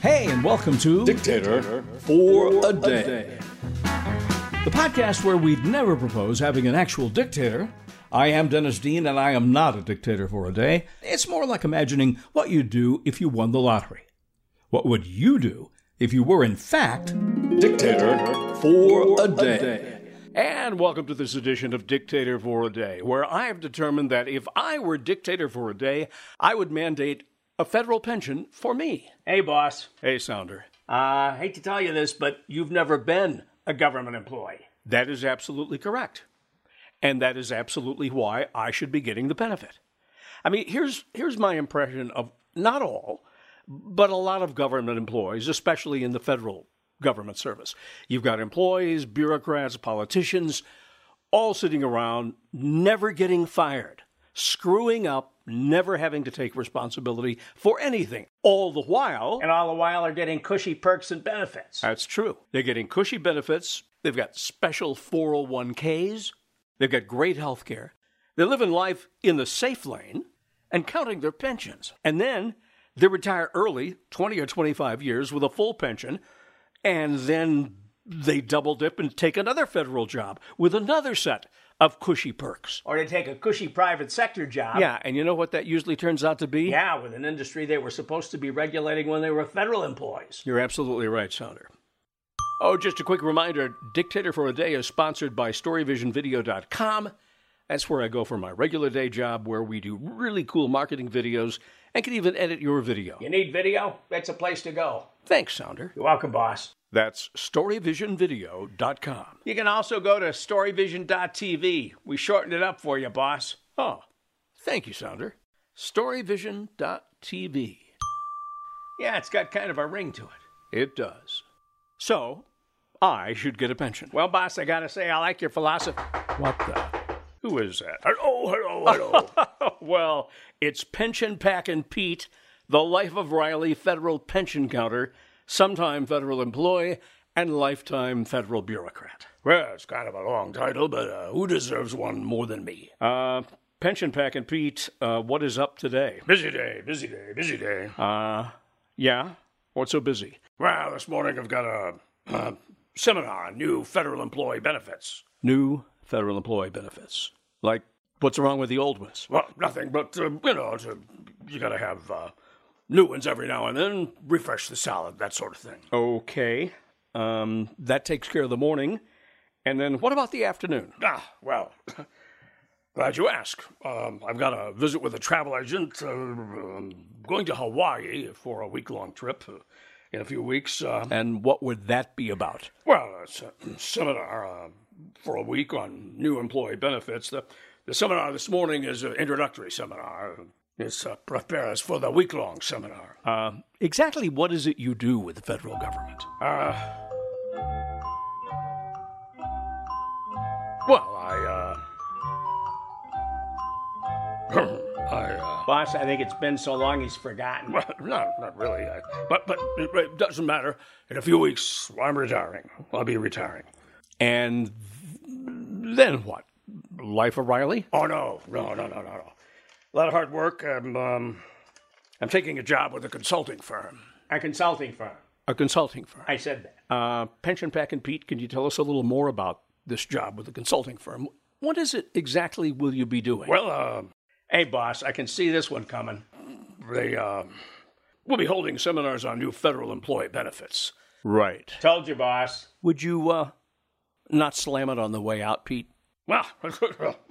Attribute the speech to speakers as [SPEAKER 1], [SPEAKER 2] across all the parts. [SPEAKER 1] Hey, and welcome to
[SPEAKER 2] Dictator for a day.
[SPEAKER 1] the podcast where we'd never propose having an actual dictator. I am Dennis Dean, and I am not a dictator for a day. It's more like imagining what you'd do if you won the lottery. What would you do if you were, in fact,
[SPEAKER 2] Dictator for a day.
[SPEAKER 3] And welcome to this edition of Dictator for a Day, where I have determined that if I were dictator for a day, I would mandate a federal pension for me.
[SPEAKER 4] Hey, boss. Uh,
[SPEAKER 3] Hey, Sounder.
[SPEAKER 4] I hate to tell you this, but you've never been a government employee.
[SPEAKER 3] That is absolutely correct. And that is absolutely why I should be getting the benefit. I mean, here's here's my impression of not all, but a lot of government employees, especially in the federal government service. You've got employees, bureaucrats, politicians, all sitting around never getting fired, screwing up, never having to take responsibility for anything. All the while,
[SPEAKER 4] And all the while are getting cushy perks and benefits.
[SPEAKER 3] that's true. They're getting cushy benefits. They've got special 401ks. They've got great health care. They're living life in the safe lane and counting their pensions. And then they retire early, 20 or 25 years, with a full pension. And then they double dip and take another federal job with another set of cushy perks.
[SPEAKER 4] Or they take a cushy private sector job.
[SPEAKER 3] Yeah, and you know what that usually turns out to be?
[SPEAKER 4] Yeah, with an industry they were supposed to be regulating when they were federal employees.
[SPEAKER 3] You're absolutely right, Sounder. Oh, just a quick reminder Dictator for a Day is sponsored by StoryVisionVideo.com. That's where I go for my regular day job where we do really cool marketing videos and can even edit your video.
[SPEAKER 4] You need video? That's a place to go.
[SPEAKER 3] Thanks, Sounder.
[SPEAKER 4] You're welcome, boss.
[SPEAKER 3] That's StoryVisionVideo.com.
[SPEAKER 4] You can also go to storyvision.tv. We shortened it up for you, boss.
[SPEAKER 3] Oh, thank you, Sounder. StoryVision.tv.
[SPEAKER 4] Yeah, it's got kind of a ring to it.
[SPEAKER 3] It does. So, I should get a pension.
[SPEAKER 4] Well, boss, I gotta say, I like your philosophy.
[SPEAKER 3] What the? Who is that? Hello, hello, hello. well, it's Pension Pack and Pete, the Life of Riley federal pension counter, sometime federal employee, and lifetime federal bureaucrat.
[SPEAKER 2] Well, it's kind of a long title, but uh, who deserves one more than me?
[SPEAKER 3] Uh, Pension Pack and Pete, uh, what is up today?
[SPEAKER 2] Busy day, busy day, busy day.
[SPEAKER 3] Yeah? What's so busy?
[SPEAKER 2] well, this morning I've got a, a seminar on new federal employee benefits.
[SPEAKER 3] New federal employee benefits. Like, what's wrong with the old ones?
[SPEAKER 2] Well, nothing, but uh, you know, to, you got to have uh, new ones every now and then. Refresh the salad, that sort of thing.
[SPEAKER 3] Oh. Okay. Um, that takes care of the morning. And then what about the afternoon?
[SPEAKER 2] Ah, well, glad you ask. Um, I've got a visit with a travel agent. Uh, I'm going to Hawaii for a week long trip uh, in a few weeks. Uh,
[SPEAKER 3] And what would that be about?
[SPEAKER 2] well, it's a seminar uh, for a week on new employee benefits. The, the seminar this morning is an introductory seminar. It's uh, prepare us for the week long seminar.
[SPEAKER 3] Uh, Exactly what is it you do with the federal government?
[SPEAKER 2] Uh, well, I, uh. I, uh.
[SPEAKER 4] Boss, I think it's been so long he's forgotten.
[SPEAKER 2] Well, no, not really. I, but but it, it doesn't matter. In a few weeks, I'm retiring. I'll be retiring.
[SPEAKER 3] And then what? Life of Riley?
[SPEAKER 2] Oh no, no, no, no, no, no. A lot of hard work. I'm um, I'm taking a job with a consulting firm.
[SPEAKER 4] A consulting firm.
[SPEAKER 3] A consulting firm.
[SPEAKER 4] I said that.
[SPEAKER 3] Uh, Pension Pack and Pete, can you tell us a little more about this job with the consulting firm? What is it exactly will you be doing?
[SPEAKER 2] Well, uh,
[SPEAKER 4] Hey, boss, I can see this one coming.
[SPEAKER 2] they uh, will be holding seminars on new federal employee benefits.
[SPEAKER 3] right.
[SPEAKER 4] Told you, boss.
[SPEAKER 3] Would you uh, not slam it on the way out, Pete?
[SPEAKER 2] Well,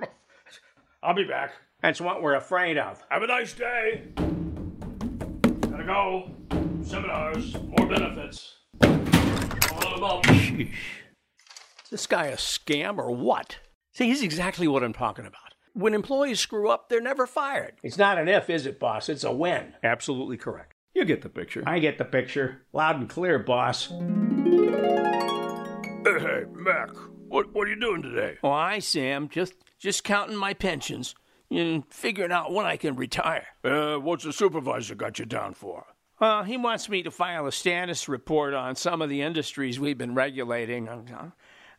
[SPEAKER 2] I'll be back.
[SPEAKER 4] That's what we're afraid of.
[SPEAKER 2] Have a nice day. Gotta go. Seminars, more benefits. All about.
[SPEAKER 3] Is this guy a scam or what? See, he's exactly what I'm talking about. When employees screw up, they're never fired.
[SPEAKER 4] It's not an if, is it, boss? It's a when.
[SPEAKER 3] Absolutely correct. You get the picture.
[SPEAKER 4] I get the picture. Loud and clear, boss.
[SPEAKER 2] Hey, hey, Mac, what, what are you doing today?
[SPEAKER 3] Oh, I, Sam, just just counting my pensions and figuring out when I can retire.
[SPEAKER 2] Uh, what's the supervisor got you down for?
[SPEAKER 3] Uh, he wants me to file a status report on some of the industries we've been regulating. I-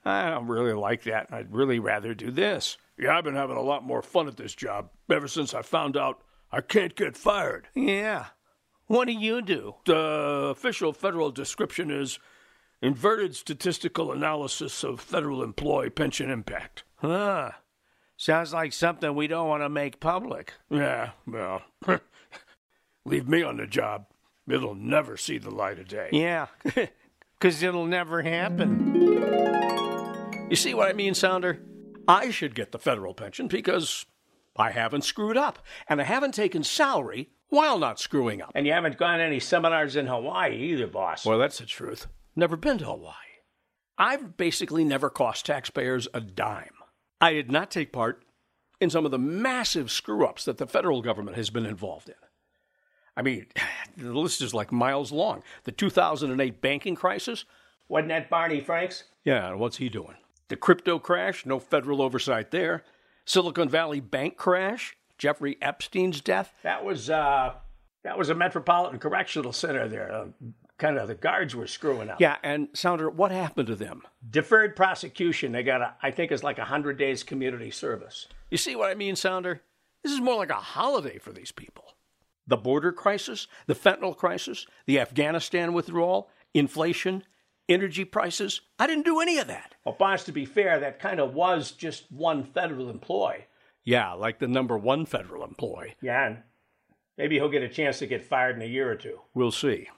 [SPEAKER 3] I don't really like that. I'd really rather do this.
[SPEAKER 2] Yeah, I've been having a lot more fun at this job ever since I found out I can't get fired.
[SPEAKER 3] Yeah.
[SPEAKER 4] What do you do?
[SPEAKER 2] The official federal description is Inverted Statistical Analysis of Federal Employee Pension Impact.
[SPEAKER 4] Huh. Sounds like something we don't want to make public.
[SPEAKER 2] Yeah, well, leave me on the job. It'll never see the light of day.
[SPEAKER 4] Yeah, because it'll never happen.
[SPEAKER 3] You see what I mean, Sounder? I should get the federal pension because I haven't screwed up and I haven't taken salary while not screwing up.
[SPEAKER 4] And you haven't gone to any seminars in Hawaii either, boss.
[SPEAKER 3] Well, that's the truth. Never been to Hawaii. I've basically never cost taxpayers a dime. I did not take part in some of the massive screw ups that the federal government has been involved in. I mean, the list is like miles long. The 2008 banking crisis?
[SPEAKER 4] Wasn't that Barney Franks?
[SPEAKER 3] Yeah, and what's he doing? The crypto crash? No federal oversight there. Silicon Valley bank crash? Jeffrey Epstein's death?
[SPEAKER 4] That was uh, that was a Metropolitan Correctional Center there. Uh, kind of the guards were screwing up.
[SPEAKER 3] Yeah, and Sounder, what happened to them?
[SPEAKER 4] Deferred prosecution. They got a, I think it's like a hundred days community service.
[SPEAKER 3] You see what I mean, Sounder? This is more like a holiday for these people. The border crisis, the fentanyl crisis, the Afghanistan withdrawal, inflation, energy prices. I didn't do any of that.
[SPEAKER 4] Well, boss, to be fair, that kind of was just one federal employee.
[SPEAKER 3] Yeah, like the number one federal employee.
[SPEAKER 4] Yeah, and maybe he'll get a chance to get fired in a year or two.
[SPEAKER 3] We'll see.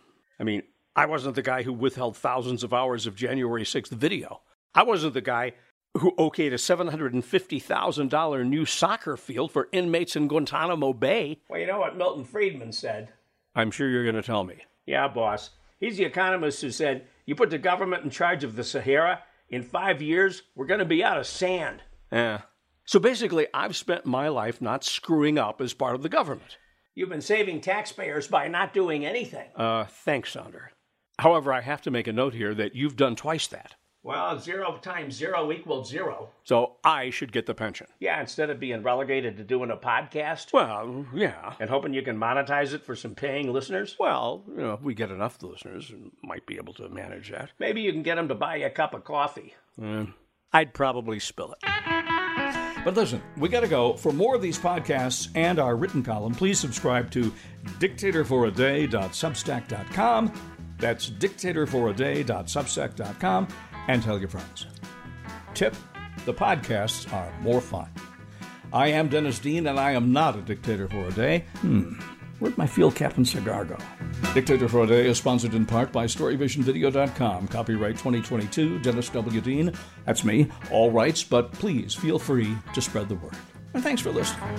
[SPEAKER 3] I mean, I wasn't the guy who withheld thousands of hours of January 6th video. I wasn't the guy who okayed a $750,000 new soccer field for inmates in Guantanamo Bay.
[SPEAKER 4] Well, you know what Milton Friedman said?
[SPEAKER 3] I'm sure you're going to tell me.
[SPEAKER 4] Yeah, boss. He's the economist who said, You put the government in charge of the Sahara, in five years, we're going to be out of sand.
[SPEAKER 3] Yeah. So basically, I've spent my life not screwing up as part of the government.
[SPEAKER 4] You've been saving taxpayers by not doing anything.
[SPEAKER 3] Uh, thanks, Sounder. However, I have to make a note here that you've done twice that.
[SPEAKER 4] Well, zero times zero equals zero.
[SPEAKER 3] So I should get the pension.
[SPEAKER 4] Yeah, instead of being relegated to doing a podcast
[SPEAKER 3] Well, yeah.
[SPEAKER 4] and hoping you can monetize it for some paying listeners,
[SPEAKER 3] Well, you know, if we get enough listeners, we might be able to manage that.
[SPEAKER 4] maybe you can get them to buy you a cup of coffee.
[SPEAKER 3] mm, I'd probably spill it.
[SPEAKER 1] But listen, we got to go. For more of these podcasts and our written column, please subscribe to dictatorforaday.substack.com. That's dictatorforaday.substack.com and tell your friends. Tip the podcasts are more fun. I am Dennis Dean, and I am not a dictator for a day. Hmm. Where'd my field cap and cigar go? Dictator for a Day is sponsored in part by StoryVisionVideo.com. Copyright 2022, Dennis W. Dean. That's me. All rights, but please feel free to spread the word. And thanks for listening.